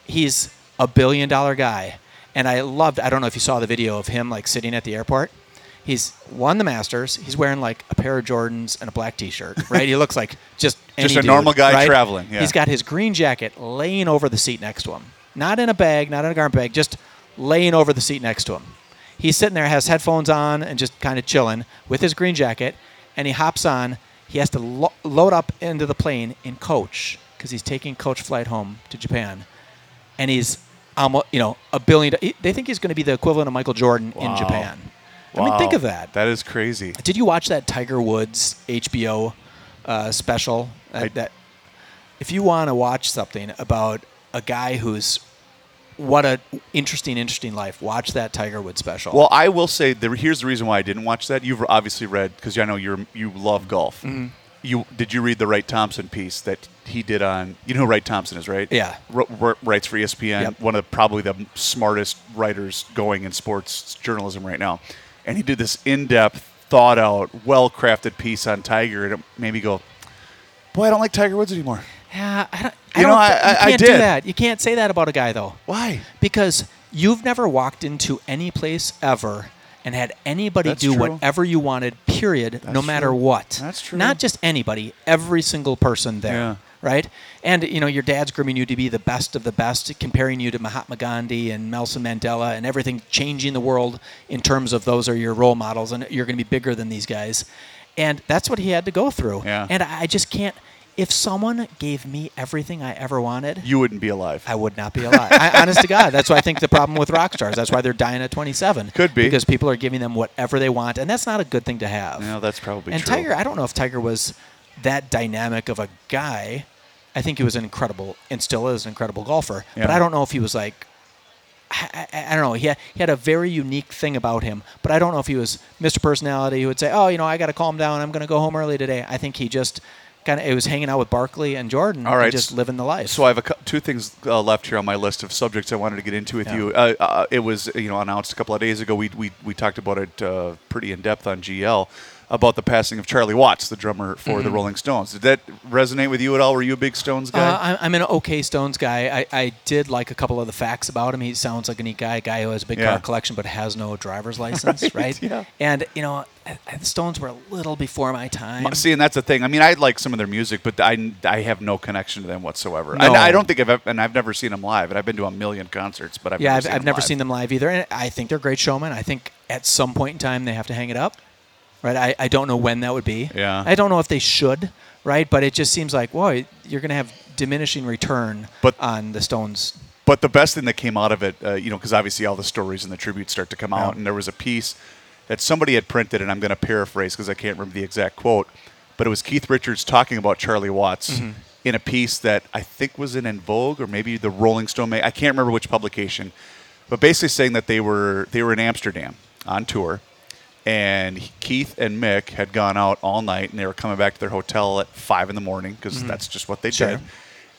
He's a billion dollar guy, and I loved. I don't know if you saw the video of him like sitting at the airport. He's won the Masters. He's wearing like a pair of Jordans and a black T-shirt, right? he looks like just any Just a dude, normal guy right? traveling, yeah. He's got his green jacket laying over the seat next to him, not in a bag, not in a garment bag, just laying over the seat next to him. He's sitting there, has headphones on, and just kind of chilling with his green jacket. And he hops on. He has to lo- load up into the plane in coach because he's taking coach flight home to Japan. And he's almost, you know, a billion. he- They think he's going to be the equivalent of Michael Jordan in Japan. I mean, think Wow. of that. That is crazy. Did you watch that Tiger Woods HBO uh, special? That, I- that if you want to watch something about a guy who's what a interesting, interesting life, watch that Tiger Woods special. Well, I will say the, here's the reason why I didn't watch that. You've obviously read because I know you you love golf. Mm-hmm. You did you read the Wright Thompson piece that he did on you know who Wright Thompson is right? Yeah. R- r- writes for E ESPN. Yep. One of the, probably the smartest writers going in sports journalism right now, and he did this in-depth, thought-out, well-crafted piece on Tiger, and it made me go, "Boy, I don't like Tiger Woods anymore. yeah, I don't. You know, don't I- thi- I- I you can't do did. that. You can't say that about a guy though, Why? because you've never walked into any place ever and had anybody That's do true. whatever you wanted. Period. no That's matter true. what. That's true. Not just anybody. Every single person there. Yeah. right? And you know, your dad's grooming you to be the best of the best, comparing you to Mahatma Gandhi and Nelson Mandela and everything changing the world in terms of those are your role models, and you're going to be bigger than these guys. And that's what he had to go through. Yeah. And I I just can't. If someone gave me everything I ever wanted, You wouldn't be alive." I would not be alive. I, honest to God, that's why I think the problem with rock stars. That's why they're dying at 27. Could be. because people are giving them whatever they want, and that's not a good thing to have. No, that's probably and true. Tiger, I don't know if Tiger was that dynamic of a guy. I think he was an incredible, and still is an incredible golfer. But Yeah. I don't know if he was like, I, I, I don't know. He had, he had a very unique thing about him. But I don't know if he was Mr. Personality who would say, "Oh, you know, I got to calm down. I'm going to go home early today." I think he just kind of it was hanging out with Barkley and Jordan. All right, and just living the life. So I have a, cou- two things uh, left here on my list of subjects I wanted to get into with Yeah. you. Uh, uh, it was you know announced a couple of days ago. We we, we talked about it uh, pretty in depth on GL about the passing of Charlie Watts, the drummer for Mm-hmm. the Rolling Stones. Did that resonate with you at all? Were you a big Stones guy? Uh, I- I'm an okay Stones guy. I, I did like a couple of the facts about him. He sounds like a neat guy, a guy who has a big Yeah. car collection but has no driver's *laughs* license, right? yeah. And, you know, I- I- the Stones were a little before my time. See, and that's the thing. I mean, I like some of their music, but I, I have no connection to them whatsoever. And No. I, don't think I've ever, and I've never seen them live. And I've been to a million concerts, but I've yeah, never I've, seen I've them never live. seen them live either. And I think they're great showmen. I think at some point in time they have to hang it up, right? I, I don't know when that would be. Yeah. I don't know if they should, right? But it just seems like, whoa, you're going to have diminishing return But- on the Stones But the best thing that came out of it, uh, you know, because obviously all the stories and the tributes start to come out, Yeah. and there was a piece. that somebody had printed, and I'm going to paraphrase because I can't remember the exact quote, but it was Keith Richards talking about Charlie Watts in a piece that I think was in En Vogue or maybe the Rolling Stone. ma- I can't remember which publication, but basically saying that they were they were in Amsterdam on tour, and Keith and Mick had gone out all night, and they were coming back to their hotel at five in the morning because that's just what they did.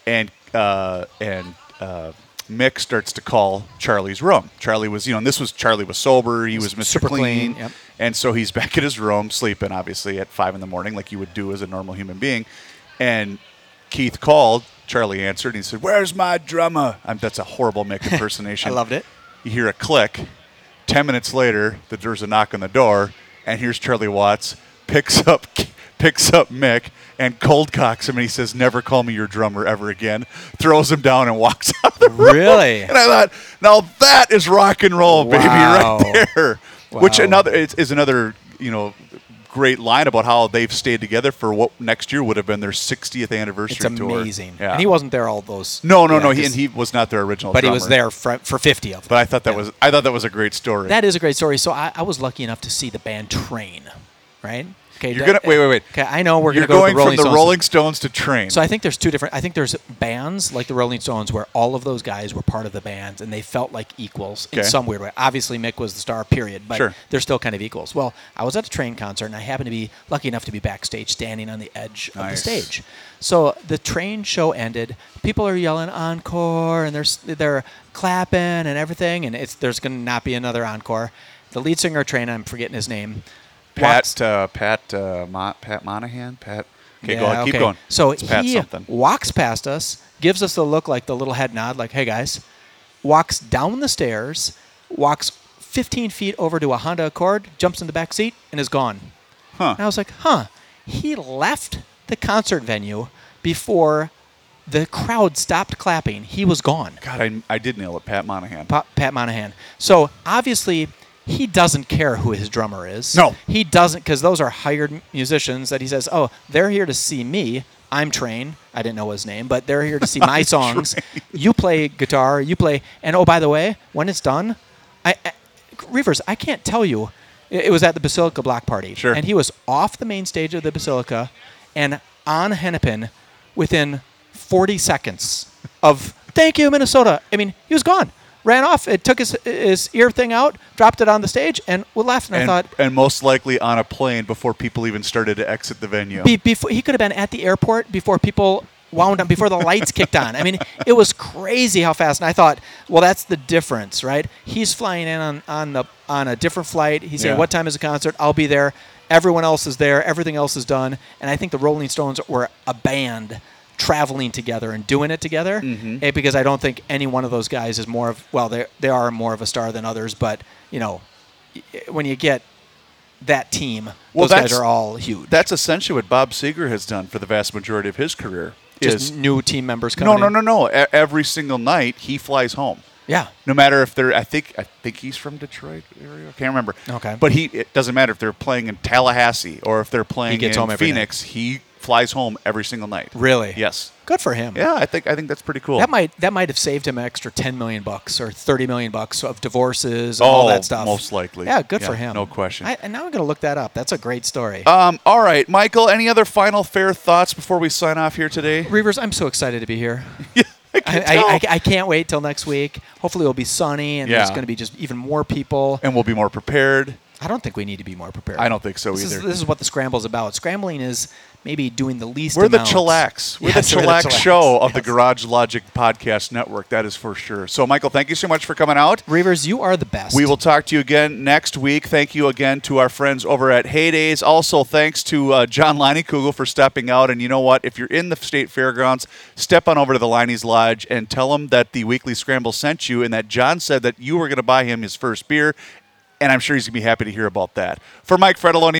And uh, and uh, Mick starts to call Charlie's room. Charlie was, you know, and this was Charlie was sober. He was Mr. Super clean, clean, yep. and so he's *laughs* back at his room sleeping, obviously at five in the morning, like you would do as a normal human being. And Keith called. Charlie answered, and he said, "Where's my drummer?" i that's a horrible *laughs* Mick impersonation. I loved it. You hear a click. Ten minutes later, the, there's a knock on the door, and here's Charlie Watts picks up *laughs* picks up Mick and cold cocks him, and he says, "Never call me your drummer ever again." Throws him down and walks *laughs* out of the room. *laughs* Really? And I thought, now that is rock and roll, baby, right Wow. there. Which Wow. another is, is another you know great line about how they've stayed together for what next year would have been their 60th It's anniversary tour. amazing. Yeah. And he wasn't there all those. No, no, yeah, no. He, 'cause- and he was not their original. But he was drummer. there for, for 50 of them. But I thought that was I thought that was a great story. That is a great story. So I, I was lucky enough to see the band Train, right? Okay, You're gonna- wait, wait, wait. Okay, I know we're You're gonna go to going the Rolling from the Stones. Rolling Stones to Train. So I think there's two different. I think there's bands like the Rolling Stones where all of those guys were part of the band and they felt like equals in Okay. some weird way. Obviously, Mick was the star, period, but Sure. they're still kind of equals. Well, I was at a train concert and I happened to be lucky enough to be backstage, standing on the edge of the Nice. stage. So the train show ended. People are yelling encore and they're s- they're clapping and everything, and it's there's going to not be another encore. The lead singer of Train, I'm forgetting his name. walks- Pat uh, Pat uh, Mo- Pat Monahan Pat. Okay, go Yeah, ahead. Keep okay. going. So it's Pat he something. walks past us, gives us a look like the little head nod, like, hey guys, walks down the stairs, walks 15 feet over to a Honda Accord, jumps in the back seat, and is gone. Huh. And I was like, huh, he left the concert venue before the crowd stopped clapping. He was gone. God, I, I did nail it. Pat Monahan. Pa- Pat Monahan. So obviously, he doesn't care who his drummer is. No. he doesn't because those are hired m- musicians that he says, "Oh, they're here to see me. I'm Train. I didn't know his name, but they're here to see my songs. You play guitar. You play. And oh, by the way, when it's done, I, I Reavers, I can't tell you. It it was at the Basilica Block Party, Sure. and he was off the main stage of the Basilica and on Hennepin within 40 seconds of "Thank you, Minnesota." I mean, he was gone, ran off. It took his his ear thing out, dropped it on the stage, and we left. And, and, I thought. and most likely on a plane before people even started to exit the venue. Be, before he could have been at the airport before people wound up before the lights kicked on. I mean, it was crazy how fast. And I thought, well, that's the difference, right? He's flying in on on the on a different flight. He said, Yeah. "What time is the concert? I'll be there." Everyone else is there. Everything else is done. And I think the Rolling Stones were a band traveling together and doing it together. Mm-hmm. eh, because I don't think any one of those guys is more of well, they they are more of a star than others. But you know, y- when you get that team, Well, those guys that's- are all huge. That's essentially what Bob Seger has done for the vast majority of his career. just is new team members coming no, no, in. no, no. E- every single night he flies home. Yeah. No matter if they're, I think, I think he's from Detroit area. I can't remember. Okay. But he, it doesn't matter if they're playing in Tallahassee or if they're playing gets in home every Phoenix. He flies home every single night. Really? Yes. Good for him. Yeah, I think I think that's pretty cool. That might that might have saved him an extra 10 million bucks or 30 million bucks of divorces and all Oh, that stuff. most likely. Yeah, good Yeah, for him. no question. I, and now I'm going to look that up. That's a great story. Um, all right, Michael. Any other final fair thoughts before we sign off here today? Reavers, I'm so excited to *laughs* be here. I I, can I, tell. I, I can't wait till next week. Hopefully, it'll be sunny and there's Yeah. going to be just even more people. and we'll be more prepared. I don't think we need to be more prepared. I don't think so this either. Is, this is what the scramble's about. Scrambling is maybe doing the least. We're the amount. chillax. We're Yes, the chillax show of the Yes. Garage Logic Podcast Network. That is for sure. So, Michael, thank you so much for coming out. Reavers, you are the best. We will talk to you again next week. Thank you again to our friends over at Heydays. Also, thanks to uh, John Kugel for stepping out. And you know what? If you're in the state fairgrounds, step on over to the Liney's Lodge and tell them that the Weekly Scramble sent you and that John said that you were going to buy him his first beer. And I'm sure he's going to be happy to hear about that. For Mike Fredoloni,